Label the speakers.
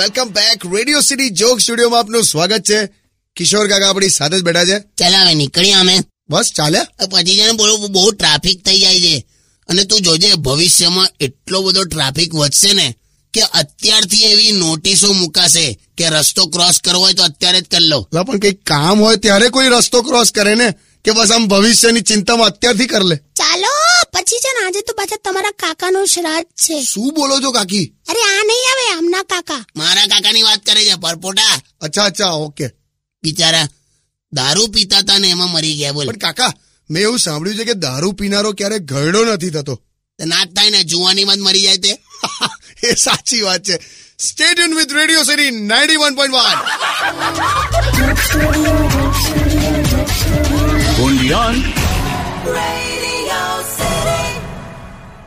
Speaker 1: welcome back Radio City joke સ્ટુડિયોમાં આપનું સ્વાગત છે કિશોર કાકા આપણી સાથે જ બેઠા છે
Speaker 2: ચાલ હવે નીકળીએ અમે
Speaker 1: બસ ચાલે
Speaker 2: હવે પછી છે ને બોલો બહુ ટ્રાફિક થઈ જાય છે અને તું જોજે ભવિષ્યમાં એટલો બધો ટ્રાફિક વધશે ને કે અત્યારથી એવી નોટિસો મુકાશે કે રસ્તો ક્રોસ કરવો હોય તો અત્યારે જ કરી લો
Speaker 1: લા પણ કઈ કામ હોય ત્યારે કોઈ રસ્તો ક્રોસ કરે ને કે બસ આમ ભવિષ્યની ચિંતામાં અત્યારથી કર લે
Speaker 3: ચાલો પછી છે ને આજે તો પાછા તમારા કાકાનો શ્રાદ્ધ છે
Speaker 1: શું બોલો છો કાકી
Speaker 3: અરે આ નહીં આવે આમના કાકા
Speaker 2: મારા કાકાની વાત કરે છે પરપોટા
Speaker 1: અચ્છા અચ્છા ઓકે
Speaker 2: બિચારા દારૂ પીતા હતા ને એમાં મરી ગયા બોલ
Speaker 1: પણ કાકા મેં એવું સાંભળ્યું છે કે દારૂ પીનારો ક્યારે ઘરડો નથી થતો
Speaker 2: તો ના જ થાય ને જુવાનીમાં જ મરી જાય તે
Speaker 1: એ સાચી વાત છે state in with Radio City ninety one point one
Speaker 4: Undian